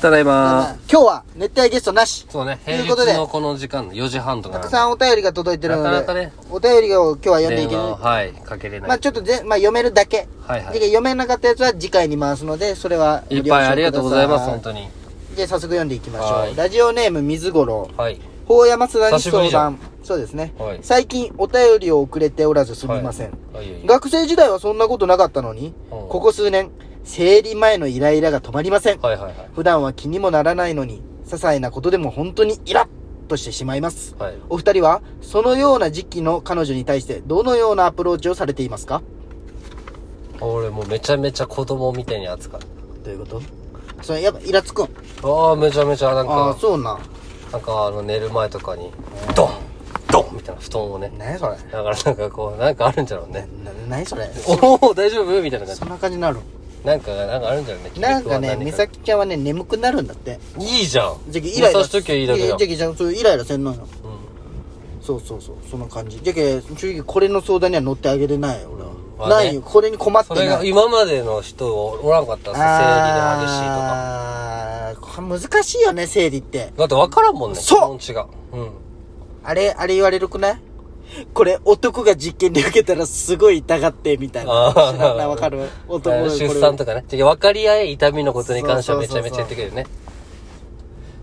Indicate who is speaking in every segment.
Speaker 1: ただい
Speaker 2: 今
Speaker 1: ま
Speaker 2: 日は熱帯ゲストなし。
Speaker 3: そうね、
Speaker 2: とい
Speaker 3: 平
Speaker 2: うことで
Speaker 3: 日のこの時間、4時半とか
Speaker 2: た
Speaker 3: な
Speaker 2: く
Speaker 3: んで。
Speaker 2: さんお便りが届いてるので、
Speaker 3: なかなかね
Speaker 2: お便りを今日は読んでいけ
Speaker 3: 電
Speaker 2: る。
Speaker 3: 話をはい、かけれない。
Speaker 2: まあちょっとぜ、まあ読めるだけ。
Speaker 3: はいはい
Speaker 2: で読めなかったやつは次回に回すので、それはご
Speaker 3: い
Speaker 2: 了
Speaker 3: っ
Speaker 2: 承
Speaker 3: ぱいありがとうございます、
Speaker 2: くだ
Speaker 3: 本
Speaker 2: さ
Speaker 3: 当に。
Speaker 2: じゃあ早速読んでいきましょう。
Speaker 3: はい
Speaker 2: ラジオネーム水五郎。
Speaker 3: はい。
Speaker 2: 法山須田に
Speaker 3: 久しぶ
Speaker 2: 相
Speaker 3: りじゃ
Speaker 2: 談。そうですね、
Speaker 3: はい
Speaker 2: 最近お便りを送れておらずすみません。
Speaker 3: はい。いいよいいよ
Speaker 2: 学生時代はそんなことなかったのに、
Speaker 3: うん
Speaker 2: ここ数年、生理前のイライラが止まりません。
Speaker 3: はいはいはい。
Speaker 2: 普段は気にもならないのに、些細なことでも本当にイラッとしてしまいます。
Speaker 3: はい。
Speaker 2: お二人は、そのような時期の彼女に対して、どのようなアプローチをされていますか
Speaker 3: 俺もうめちゃめちゃ子供みたいに扱う。
Speaker 2: どういうことそれ、やっぱイラつくん。
Speaker 3: ああ、めちゃめちゃ、なん
Speaker 2: ああ、
Speaker 3: か、
Speaker 2: そうなん。
Speaker 3: なんかあの、寝る前とかに、ドンドンみたいな布団をね。
Speaker 2: ねそれ。
Speaker 3: だからなんかこう、なんかあるんじゃろうね。
Speaker 2: な、なにそれ。
Speaker 3: おお、大丈夫みたいな感じ
Speaker 2: そ。んな感じになる。
Speaker 3: なんか、なんかあるんじゃろうね。
Speaker 2: なんか
Speaker 3: きっ
Speaker 2: ね、
Speaker 3: と
Speaker 2: 美
Speaker 3: 何
Speaker 2: 咲ちゃんはね、眠くなるんだって。
Speaker 3: いいじゃん。
Speaker 2: じゃけ、イライラ。
Speaker 3: 刺しときゃいいだけ
Speaker 2: じ
Speaker 3: じ
Speaker 2: ゃ
Speaker 3: ゃん。
Speaker 2: け、じゃあそういうイライラせんのよ。
Speaker 3: うん
Speaker 2: そうそうそう、そんな感じ。じゃけ、正直これの相談には乗ってあげれないよ、俺は。
Speaker 3: まあね
Speaker 2: ないよ、これに困って
Speaker 3: そ
Speaker 2: ない。
Speaker 3: れが今までの人おおらんかったらさ生理の激しいとか
Speaker 2: あーこれ難しいよね、生理って。
Speaker 3: だって分からんもんね
Speaker 2: そう
Speaker 3: 気持ちがうん
Speaker 2: あれ、あれ言われるくないこれ、男が実験で受けたらすごい痛がって、みたいな。
Speaker 3: あー
Speaker 2: 知らない、わかる男
Speaker 3: え
Speaker 2: の
Speaker 3: ー
Speaker 2: これ
Speaker 3: 出産とかねてか分かり合い痛みのことに関してはめちゃめちゃ言ってくるよね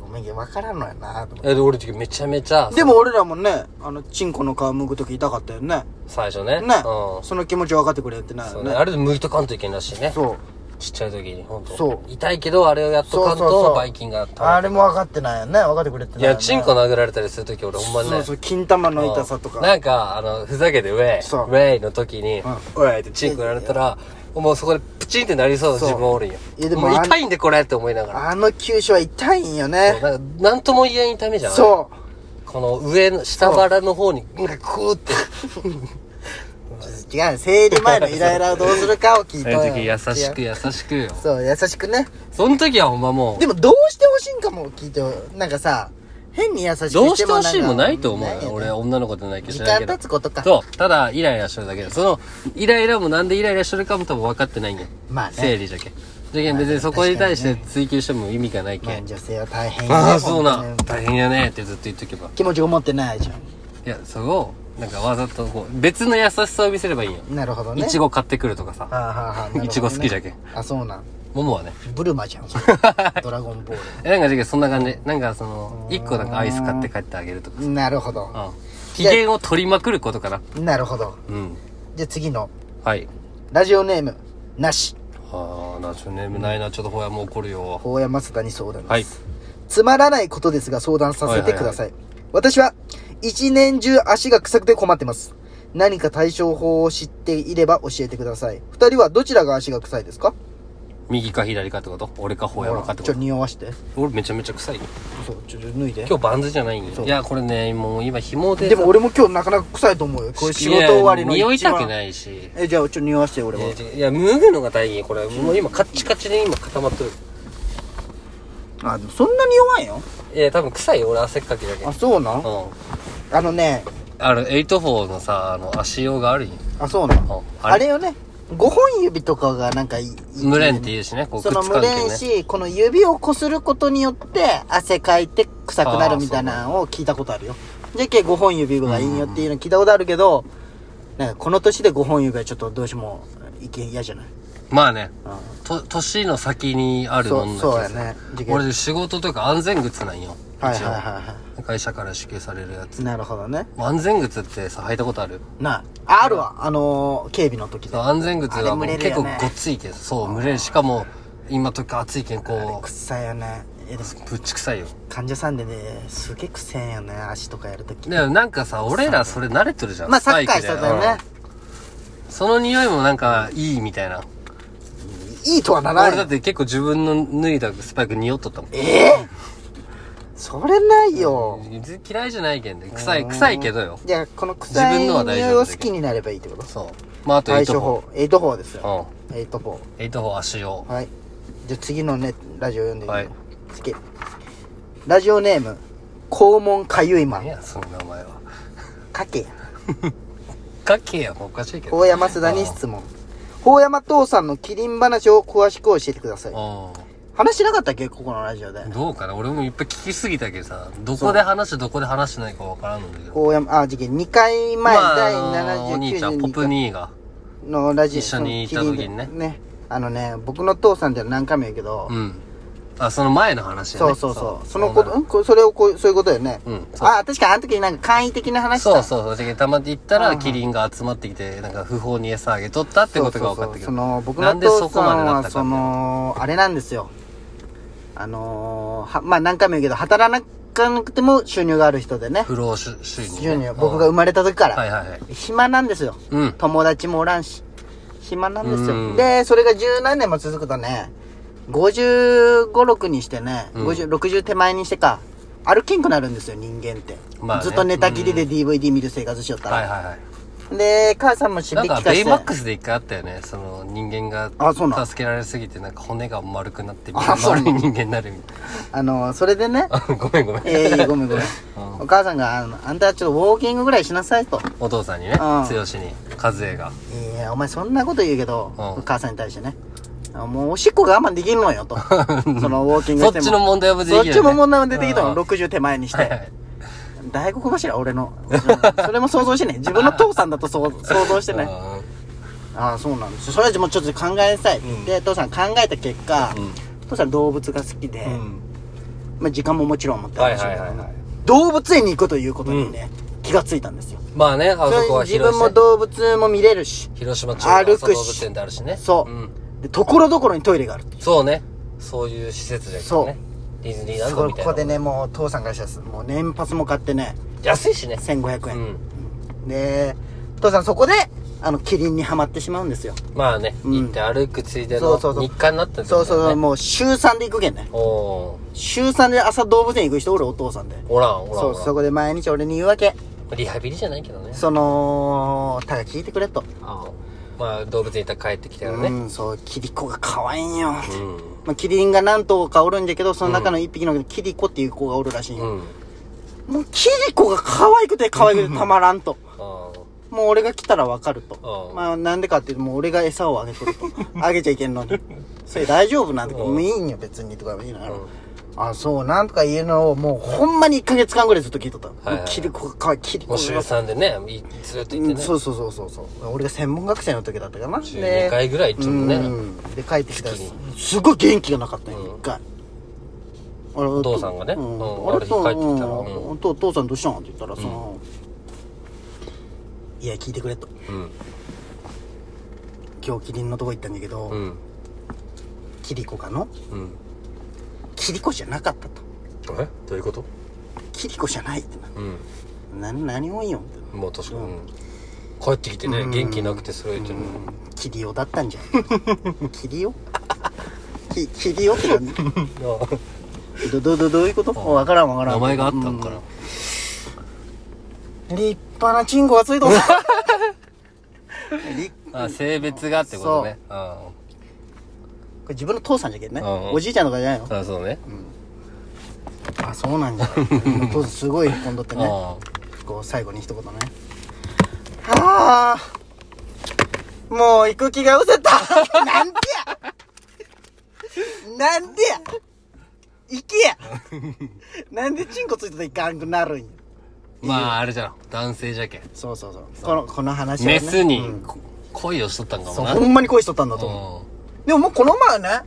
Speaker 2: ごめん、わからんのやなと思っ
Speaker 3: えで俺的にめちゃめちゃ
Speaker 2: てでも俺らもね、あの、チンコの皮剥くとき痛かったよね。
Speaker 3: 最初ね
Speaker 2: ね、
Speaker 3: うん
Speaker 2: その気持ち分かってくれってない
Speaker 3: そ
Speaker 2: よ
Speaker 3: うね
Speaker 2: ね。
Speaker 3: あれで剥いとかんといけんらしいね
Speaker 2: そう。
Speaker 3: ちっちゃい時に本当
Speaker 2: そう
Speaker 3: 痛いけどあれをやっとかん
Speaker 2: そうそうそ
Speaker 3: と
Speaker 2: う
Speaker 3: ばい菌がたま
Speaker 2: あ
Speaker 3: る
Speaker 2: れも分かってないよね。分かってくれってないいよね。
Speaker 3: やチンコ殴られたりする時俺ほんまにね
Speaker 2: そうそう、金玉
Speaker 3: う
Speaker 2: の
Speaker 3: ん
Speaker 2: 痛さとか。
Speaker 3: なんかあのふざけてウェイウ
Speaker 2: そう
Speaker 3: ェイの時に
Speaker 2: うん
Speaker 3: ウェイってチンコやられたらもうそこでプチンってなりそうな
Speaker 2: そう
Speaker 3: 自分おるんよ
Speaker 2: いやでも
Speaker 3: もう
Speaker 2: あん
Speaker 3: 痛いんでこれって思いながら
Speaker 2: あの急所は痛いんよ
Speaker 3: そう
Speaker 2: ね。
Speaker 3: なんかなんとも言えん痛みじゃん
Speaker 2: そう。
Speaker 3: この上の下腹の方になんかクーって
Speaker 2: 違う生理前のイライラをどうするかを聞い
Speaker 3: そ
Speaker 2: た
Speaker 3: う
Speaker 2: よ
Speaker 3: いう時優しく
Speaker 2: 違う
Speaker 3: 優しくよ
Speaker 2: そう優しくね
Speaker 3: その時はほんまも
Speaker 2: でもどうしてほしいんかも聞いてよなんかさ変に優しく
Speaker 3: う
Speaker 2: しても
Speaker 3: どうしてほしいもないと思う
Speaker 2: なんか
Speaker 3: よ
Speaker 2: な
Speaker 3: 俺
Speaker 2: いよね
Speaker 3: 女の子じゃないけど
Speaker 2: 時
Speaker 3: 知らんけ
Speaker 2: 間経
Speaker 3: ど
Speaker 2: つことか
Speaker 3: そうただイライラしてるだけでそのイライラもなんでイライラしてるかも多分分かってないんや
Speaker 2: まあね
Speaker 3: 生理じゃけんじゃけん別にそこに対して追求しても意味がないけん、
Speaker 2: まあ女性は大変よね
Speaker 3: ああそうな
Speaker 2: 本
Speaker 3: ん
Speaker 2: 当に
Speaker 3: 大変やねってずっと言っとけば
Speaker 2: 気持ちを持ってないじゃ
Speaker 3: いやそれをなんかわざとこう別の優しさを見せればいいんよ
Speaker 2: んなるほどね
Speaker 3: いちご買ってくるとかさ
Speaker 2: はあはあはあなるほどね
Speaker 3: いちご好きじゃけん
Speaker 2: あそうなん
Speaker 3: ももはね
Speaker 2: ブルマじゃん それドラゴンボー
Speaker 3: えなんかじゃけそんな感じなんかその一個なんかアイス買って帰ってあげるとか
Speaker 2: ルなるほど
Speaker 3: うん機嫌を取りまくることかな
Speaker 2: なるほど
Speaker 3: うん
Speaker 2: じゃあ次の
Speaker 3: はい
Speaker 2: ラジオネームなし
Speaker 3: ああなちょネームないなちょっとほやもう怒るよ
Speaker 2: 大山須田に相談です、
Speaker 3: はい
Speaker 2: つまらないことですが相談させてください。私は、一年中足が臭くて困ってます。何か対処法を知っていれば教えてください。二人はどちらが足が臭いですか
Speaker 3: 右か左かってこと俺かほやもかって
Speaker 2: ち
Speaker 3: こ
Speaker 2: ょ、
Speaker 3: と
Speaker 2: 匂わして。
Speaker 3: 俺めちゃめちゃ臭いよ
Speaker 2: そう、ちょ、ちょ脱いで。
Speaker 3: 今日バンズじゃないんよ
Speaker 2: そう
Speaker 3: いやこれねもう今紐で
Speaker 2: でも俺も今日なかなか臭いと思うよ。これ仕
Speaker 3: い
Speaker 2: 事
Speaker 3: や
Speaker 2: 終わりの
Speaker 3: 匂い
Speaker 2: 一
Speaker 3: た
Speaker 2: 番。
Speaker 3: くないし
Speaker 2: え、じゃあちょ、匂わして俺
Speaker 3: い
Speaker 2: は
Speaker 3: や。いや脱ぐのが大変よこれもう今カッチカチで今固まっとる
Speaker 2: あ、でもそんなに弱いよ。
Speaker 3: いや多分臭いよ俺汗っかきだけど
Speaker 2: あ、そうな
Speaker 3: うんん
Speaker 2: あのね、
Speaker 3: あの84のさあの足用があるんよ
Speaker 2: あ、そうなん
Speaker 3: うん
Speaker 2: あれよね。五本指とかがなんかいい、
Speaker 3: 無連って言うしねこうく
Speaker 2: そ
Speaker 3: っ
Speaker 2: の
Speaker 3: つか
Speaker 2: 蒸
Speaker 3: んけ
Speaker 2: れ
Speaker 3: ん
Speaker 2: ん
Speaker 3: ね
Speaker 2: し、この指をこすることによって汗かいて臭くなるみたいなのを聞いたことあるよ。じゃけ5本指がいいよっていうの聞いたことあるけど、なんかこの年で5本指はちょっとどうしてもいけん嫌じゃない、
Speaker 3: まあね
Speaker 2: う
Speaker 3: と
Speaker 2: ん
Speaker 3: 年の先にあるも
Speaker 2: そ
Speaker 3: ん
Speaker 2: う
Speaker 3: だ
Speaker 2: そうやね。じゃけはい
Speaker 3: 俺仕事とか安全靴なんよ
Speaker 2: はいはいは
Speaker 3: 会社から支給されるやつ
Speaker 2: い。なるほどね。
Speaker 3: 安全靴ってさ履いたことある
Speaker 2: なあ、あるわ。あのー、警備の時で。
Speaker 3: そう安全靴はも
Speaker 2: あ
Speaker 3: う
Speaker 2: れ蒸れ
Speaker 3: 結
Speaker 2: るよ
Speaker 3: 構
Speaker 2: ね
Speaker 3: ごっついけどそう蒸れるしかも今とか暑いけんこう
Speaker 2: 臭いよね。え、でも
Speaker 3: ぶっち臭いよ
Speaker 2: 患者さんでね、すげえ臭いよね。足とかやるとき。
Speaker 3: でもなんかさ俺らそれ慣れてるじゃん
Speaker 2: まあ、サッ
Speaker 3: イ
Speaker 2: カー
Speaker 3: ク
Speaker 2: し
Speaker 3: で
Speaker 2: たんだよね。
Speaker 3: うんその匂いもなんかいいみたいない
Speaker 2: いとはならない。
Speaker 3: 俺だって結構自分の脱いだスパイク匂っとったもん
Speaker 2: ええそれないよ。
Speaker 3: 嫌いじゃないけんね臭い臭いけどよ
Speaker 2: じゃあ、この臭い
Speaker 3: 自分のは大丈夫
Speaker 2: 匂いを好きになればいいってこと
Speaker 3: そうまああと
Speaker 2: 対
Speaker 3: 8
Speaker 2: 処
Speaker 3: 本
Speaker 2: 法。エイト法ですよ。
Speaker 3: う
Speaker 2: エイト法。
Speaker 3: ん8本足用
Speaker 2: はい。じゃあ次のね、ラジオ読んでい
Speaker 3: はい
Speaker 2: 次。ラジオネーム、肛門かゆいマ
Speaker 3: 何
Speaker 2: ン。
Speaker 3: やその名前は
Speaker 2: かけや。
Speaker 3: かっけえやんおかしいけど
Speaker 2: 法山須田に質問。法山父さんのキリン話を詳しく教えてください。
Speaker 3: あ
Speaker 2: 話してなかったっけここのラジオで。
Speaker 3: どうかな俺もいっぱい聞きすぎたけどさ、どこで話してどこで話してないかわからんのだけど。
Speaker 2: 大山、あ、事件、2回前、
Speaker 3: まあ
Speaker 2: 第
Speaker 3: あのお兄ちゃん、ポ
Speaker 2: 79
Speaker 3: プ
Speaker 2: 回
Speaker 3: 兄が。
Speaker 2: のラジオ、
Speaker 3: 一緒にいた
Speaker 2: その
Speaker 3: 時にね
Speaker 2: キリンでね。あのね、僕の父さんって何回も言うけど、
Speaker 3: うん。あ、その前の話だ
Speaker 2: そ
Speaker 3: ね。
Speaker 2: うそうそう。そのこと、んこれそれをこう、そういうことだよね。
Speaker 3: うんそう
Speaker 2: あ、確かあの時なんか簡易的な話
Speaker 3: そう
Speaker 2: だ
Speaker 3: そうそう。でたまって行った
Speaker 2: うんう
Speaker 3: ら、
Speaker 2: ん
Speaker 3: キリンが集まってきて、なんか不法に餌あげとったってことが分かったけど。
Speaker 2: そうそうそうその僕
Speaker 3: な
Speaker 2: の
Speaker 3: んでそ
Speaker 2: 父
Speaker 3: こ
Speaker 2: さ
Speaker 3: まで
Speaker 2: ん
Speaker 3: なっ
Speaker 2: は
Speaker 3: たか
Speaker 2: そ
Speaker 3: っていう。
Speaker 2: のあれなんですよあのーはまあ何回も言うけど働かなくても収入がある人でね
Speaker 3: 不労収収入ね。
Speaker 2: 収入
Speaker 3: うん
Speaker 2: 僕が生まれた時から、
Speaker 3: はいはいはい。
Speaker 2: 暇なんですよ
Speaker 3: うん。
Speaker 2: 友達もおらんし暇なんです
Speaker 3: う
Speaker 2: よ
Speaker 3: ん
Speaker 2: でそれが十何年も続くとね5 5 6にしてね、
Speaker 3: うん
Speaker 2: 50 60手前にしてか歩けんくなるんですよ人間って、
Speaker 3: まあね
Speaker 2: ずっと寝たきりで DVD 見る生活しよったら、
Speaker 3: はいはいはい。
Speaker 2: で母さんも刺
Speaker 3: なん
Speaker 2: 激化
Speaker 3: か
Speaker 2: して
Speaker 3: ベイマックスで一回あったよねその人間
Speaker 2: あそうな
Speaker 3: が
Speaker 2: ん
Speaker 3: 助けられすぎてなんか骨が丸くなって
Speaker 2: あそうな
Speaker 3: 丸
Speaker 2: ん
Speaker 3: い人間になるみたいな
Speaker 2: あのそれでね
Speaker 3: あごめんごめん、
Speaker 2: ええごめ んごめん。お母さんが、あのあんたちょっとウォーキングぐらいしなさいと。
Speaker 3: お父さんにね
Speaker 2: ん
Speaker 3: 剛に和江が
Speaker 2: いや、お前そんなこと言うけど、
Speaker 3: うん
Speaker 2: お母さんに対してね。あもうおしっこが我慢できんのよ と。そのウォーキング
Speaker 3: そ
Speaker 2: し
Speaker 3: って
Speaker 2: も。
Speaker 3: ちの問題も出てき
Speaker 2: そ
Speaker 3: た
Speaker 2: っちも問題も出てきた
Speaker 3: うん
Speaker 2: の。60手前にし
Speaker 3: はいは
Speaker 2: て。
Speaker 3: い
Speaker 2: 大黒柱、俺の。それも想像して ね。自分の父さんだとそう想像してね。ああ、そうなんですよ。それはもうちょっと考えなさいって言って。で、父さん考えた結果、父さん動物が好きで、
Speaker 3: うん
Speaker 2: まあ時間ももちろん持ってるし、
Speaker 3: はいはいはいはい
Speaker 2: 動物園に行くということにね、気がついたんですよ。
Speaker 3: まあねあそこは
Speaker 2: 自分
Speaker 3: 広
Speaker 2: も
Speaker 3: 島
Speaker 2: 動物も見れるし
Speaker 3: 広島中
Speaker 2: 歩
Speaker 3: 央
Speaker 2: くし
Speaker 3: 動物園であるしね
Speaker 2: そう、
Speaker 3: ん
Speaker 2: でところどころにトイレがあるっていう
Speaker 3: そうねそういう施設じゃけどねディズニーランド
Speaker 2: そ
Speaker 3: みたいな
Speaker 2: こでねもう父さんからしたらもう年パスも買ってね
Speaker 3: 安いしね
Speaker 2: 1500
Speaker 3: う
Speaker 2: 円、
Speaker 3: ん
Speaker 2: で父さんそこであのキリンにはまってしまうんですよ
Speaker 3: まあね、
Speaker 2: うん
Speaker 3: 行って歩くついで
Speaker 2: そう
Speaker 3: の
Speaker 2: そうそう
Speaker 3: 日課になったんだよね
Speaker 2: そうそうそうもう週3で行くけんね
Speaker 3: おー
Speaker 2: 週3で朝動物園行く人俺お父さんで
Speaker 3: おらんおらん
Speaker 2: そ
Speaker 3: お
Speaker 2: う
Speaker 3: らん
Speaker 2: そこで毎日俺に言うわけ
Speaker 3: リハビリじゃないけどね
Speaker 2: そのただ聞いてくれと、
Speaker 3: あまあ動物園行ったら帰ってきたから
Speaker 2: う
Speaker 3: ね
Speaker 2: んそうキリコが可愛いんよ、
Speaker 3: うん
Speaker 2: まあ、キリンが何頭かおるんだけどその中の一匹のキリコっていう子がおるらしいんよ、
Speaker 3: うん
Speaker 2: もうキリコが可愛くて可愛くてたまらんと。
Speaker 3: あ
Speaker 2: もう俺が来たらわかると
Speaker 3: う。ん
Speaker 2: まあなんでかっていうと、もう俺が餌をあげ とると。あげちゃいけんのに。それ大丈夫なんとか、
Speaker 3: うん
Speaker 2: もういいんよ別にとか言いながら
Speaker 3: うん。
Speaker 2: あ、そう、なんとか言うのをもうほんまに1ヶ月間ぐらいずっと聞いとった。
Speaker 3: いはい
Speaker 2: もうキリコが可愛い、キリ
Speaker 3: あ
Speaker 2: コ
Speaker 3: も
Speaker 2: が
Speaker 3: う週3でねいずっと行って
Speaker 2: うん
Speaker 3: ね
Speaker 2: そうそうそうそうそう。俺が専門学生の時だったかな。
Speaker 3: 週
Speaker 2: で
Speaker 3: 2回ぐらい行ってもね
Speaker 2: うんで帰ってきたら
Speaker 3: 月に
Speaker 2: すごい元気がなかったよ
Speaker 3: うん
Speaker 2: 一回俺お
Speaker 3: 父さんがね
Speaker 2: う
Speaker 3: うん
Speaker 2: 俺
Speaker 3: ある日帰ってきたら
Speaker 2: うん
Speaker 3: うん
Speaker 2: お父父さんどうしたのって言ったらそのいや聞いてくれと
Speaker 3: うん
Speaker 2: 今日キリンのとこ行ったんだけ
Speaker 3: う
Speaker 2: ど
Speaker 3: ん
Speaker 2: キリコがの
Speaker 3: うん
Speaker 2: キリコじゃなかったと
Speaker 3: えどういうこと
Speaker 2: キリコじゃないって
Speaker 3: う
Speaker 2: な何何を言いよんって
Speaker 3: んもう確かにうん帰ってきてね元気なくてそれ言ってるの
Speaker 2: キリオだったんじゃ んキリオキキリオって何
Speaker 3: あ
Speaker 2: どどどどういうことわからんわからん
Speaker 3: 名前があったんから
Speaker 2: 立派なチンコがついと った立
Speaker 3: あ性別がってことねあ
Speaker 2: これ自分の父さんじゃけんね、
Speaker 3: うん
Speaker 2: おじいちゃんとかじゃないの、
Speaker 3: あそうね
Speaker 2: あそうな んじゃお父さんすごい喜んどってね
Speaker 3: あ
Speaker 2: こう最後に一言ねはあもう行く気が失せた なんでやなんでや行けやなんでチンコついてたらいかんくなるんや
Speaker 3: まああれじゃん男性じゃけん
Speaker 2: そうそうそうこのこの話はね
Speaker 3: メスに
Speaker 2: うん
Speaker 3: こ恋をしとったんか
Speaker 2: そう
Speaker 3: もな
Speaker 2: ほんまに恋しとったんだと思う、
Speaker 3: うん
Speaker 2: でももうこの前ね、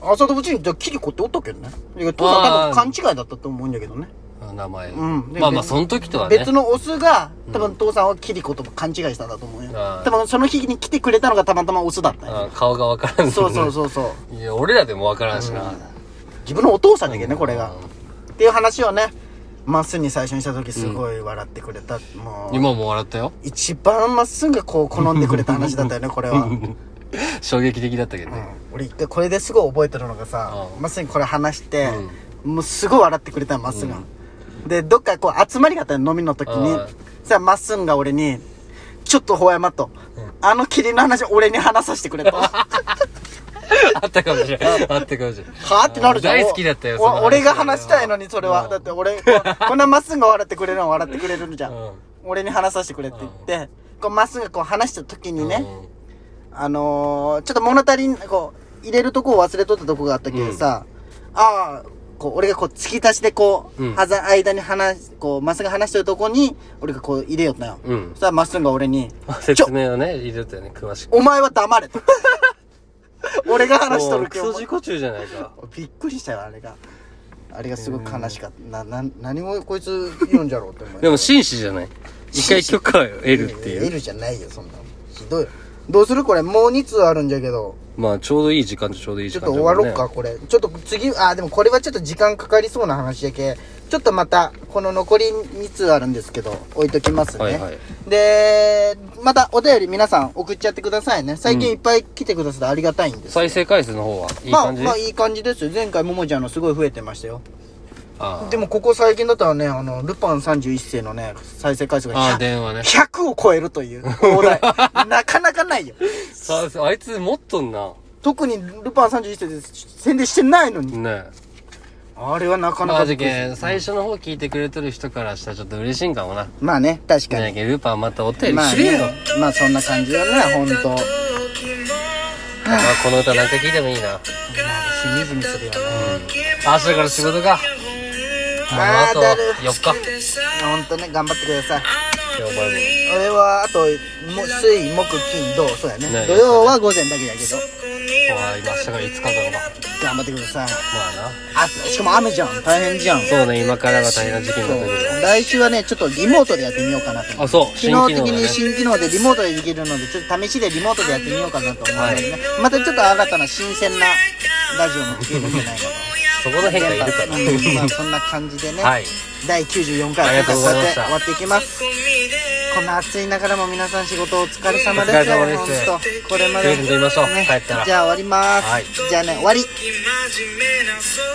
Speaker 2: 朝とぶちにキリコっておったけどね。いや、父さん多
Speaker 3: あー
Speaker 2: 分勘違いだったと思うんだけどね。
Speaker 3: 名前、
Speaker 2: うんで
Speaker 3: まあまあ
Speaker 2: 別
Speaker 3: その時とはね
Speaker 2: 別のオスが、多分父さんはキリコと勘違いしたんだと思うよ。
Speaker 3: あー
Speaker 2: 多分その日に来てくれたのがたまたまオスだったよ。
Speaker 3: あ顔がわからん
Speaker 2: そうそう
Speaker 3: う
Speaker 2: そうそう。
Speaker 3: いや俺らでもわからんしな、
Speaker 2: 自分のお父さんだけどね、これが。っていう話をね、まっすんに最初にした時すごい笑ってくれた。もう、
Speaker 3: 今も笑ったよ
Speaker 2: 一番まっすんがこう好んでくれた話だったよね、これは。
Speaker 3: 衝撃的だったけどね、
Speaker 2: 俺一回これですごい覚えてるのがさ
Speaker 3: うん
Speaker 2: まっすぐこれ話して、もうすごい笑ってくれたのまっすぐが、でどっかこう集まりがあったの飲みの時に
Speaker 3: うん
Speaker 2: さあまっすぐが俺に「ちょっとほやま」と、あの霧の話俺に話させてくれ」 と「は
Speaker 3: あったかもしれないあったかもしれない
Speaker 2: あ?」ってなるじゃん
Speaker 3: 大好きだったよ
Speaker 2: お
Speaker 3: その話
Speaker 2: 俺が話したいのにそれは、
Speaker 3: うん
Speaker 2: だって俺ここんなまっすぐが笑ってくれるのは笑ってくれるんじゃん、
Speaker 3: うん
Speaker 2: 俺に話させてくれって言って、こうまっすぐがこう話した時に
Speaker 3: う
Speaker 2: ね、
Speaker 3: ん
Speaker 2: あのー、ちょっと物足りん、こう、入れるとこを忘れとったとこがあったけどさ、ああ、こう、俺がこう、突き足しでこう、
Speaker 3: うん
Speaker 2: はざ、間に話し、こう、まっすぐ話してるとこに、俺がこう、入れよったよ。
Speaker 3: うん
Speaker 2: そしたらまっすぐが俺に、ちょ
Speaker 3: 説、明をね、入れたよね、詳しく。
Speaker 2: お前は 黙れと。俺が話しと
Speaker 3: も
Speaker 2: る
Speaker 3: う
Speaker 2: け
Speaker 3: ク
Speaker 2: ど
Speaker 3: ソ自己中じゃないか。
Speaker 2: びっくりしたよ、あれが。あれがすごく悲しかった。な、な、何もこいつ言うんじゃろうって思 い
Speaker 3: でも紳士じゃない。一回許可を得るって
Speaker 2: いや
Speaker 3: いう。
Speaker 2: L じゃないよ、そんなの。ひどい。どうするこれ、もう2通あるんじゃけど。
Speaker 3: まあ、ちょうどいい時間とちょうどいい
Speaker 2: ち
Speaker 3: 時
Speaker 2: ょっ
Speaker 3: 間
Speaker 2: と終わろっか、。これ。ちょっと次、あ、でもこれはちょっと時間かかりそうな話やけ。ちょっとまた、この残り2通あるんですけど、置いときますね。
Speaker 3: はいはい
Speaker 2: で、またお便り皆さん送っちゃってくださいね。最近いっぱい来てくださってありがたいんです。
Speaker 3: 再生回数の方はいい
Speaker 2: まあ、
Speaker 3: 感じ
Speaker 2: まあいい感じですよ。前回ももちゃんのすごい増えてましたよ。
Speaker 3: あー
Speaker 2: でもここ最近だったらね、あの、ルパン31世のね、再生回数が
Speaker 3: あー、
Speaker 2: 100
Speaker 3: 電話ね。
Speaker 2: 100を超えるという大台。 なかなかないよ。
Speaker 3: さあ、あいつ持っとんな。
Speaker 2: 特にルパン31世で宣伝してないのに。
Speaker 3: ね
Speaker 2: あれはなかな
Speaker 3: ま
Speaker 2: か
Speaker 3: あ、
Speaker 2: び
Speaker 3: じ
Speaker 2: っ
Speaker 3: ゃ
Speaker 2: くりする。
Speaker 3: けん、最初の方聞いてくれてる人からしたらちょっと嬉しいんかもな。ね
Speaker 2: まあね、確か
Speaker 3: え、
Speaker 2: に。
Speaker 3: ルーパーまたお便り
Speaker 2: まあ
Speaker 3: しれよ。
Speaker 2: ね、まあそんな感じよね、ほんと。まあ、
Speaker 3: まあ、この歌何回聞いてもいいな。
Speaker 2: しみずみするよね。
Speaker 3: 明日から仕事か。もう
Speaker 2: あー
Speaker 3: あと
Speaker 2: だる
Speaker 3: 4日。
Speaker 2: ほんとね、頑張ってください。
Speaker 3: 今日バイバイ。
Speaker 2: 俺は、あと、も水、木、金、土、そうやね
Speaker 3: ね。
Speaker 2: 土曜は午前だけだけど、
Speaker 3: まあ、明日から5日とか。
Speaker 2: 頑張ってください。
Speaker 3: まあな。
Speaker 2: あ、しかも雨じゃん。大変じゃん。
Speaker 3: そうね、今からが大変な時期になったけど。
Speaker 2: 来週はね、ちょっとリモートでやってみようかなと思って。
Speaker 3: あ、そう、
Speaker 2: 機
Speaker 3: 新
Speaker 2: 能
Speaker 3: 機
Speaker 2: 的
Speaker 3: 能だ
Speaker 2: に
Speaker 3: ね。
Speaker 2: 新機能でリモートでできるので、ちょっと試しでリモートでやってみようかなと思いますね。またちょっと新たな新鮮なラジオも聞けるんじゃないかと。
Speaker 3: そこの変化いるか
Speaker 2: うんまあ
Speaker 3: ら。
Speaker 2: そんな感じでね。
Speaker 3: はい。
Speaker 2: 第94回
Speaker 3: ありがとうございました
Speaker 2: 終わっていきますこんな暑い中でも皆さん仕事お疲れ様です
Speaker 3: お疲れ様です
Speaker 2: 本当これまで
Speaker 3: とりあえず飲みましょう帰ったら
Speaker 2: じゃあ終わります、
Speaker 3: はい
Speaker 2: じゃあね終わり
Speaker 1: 真面目なそう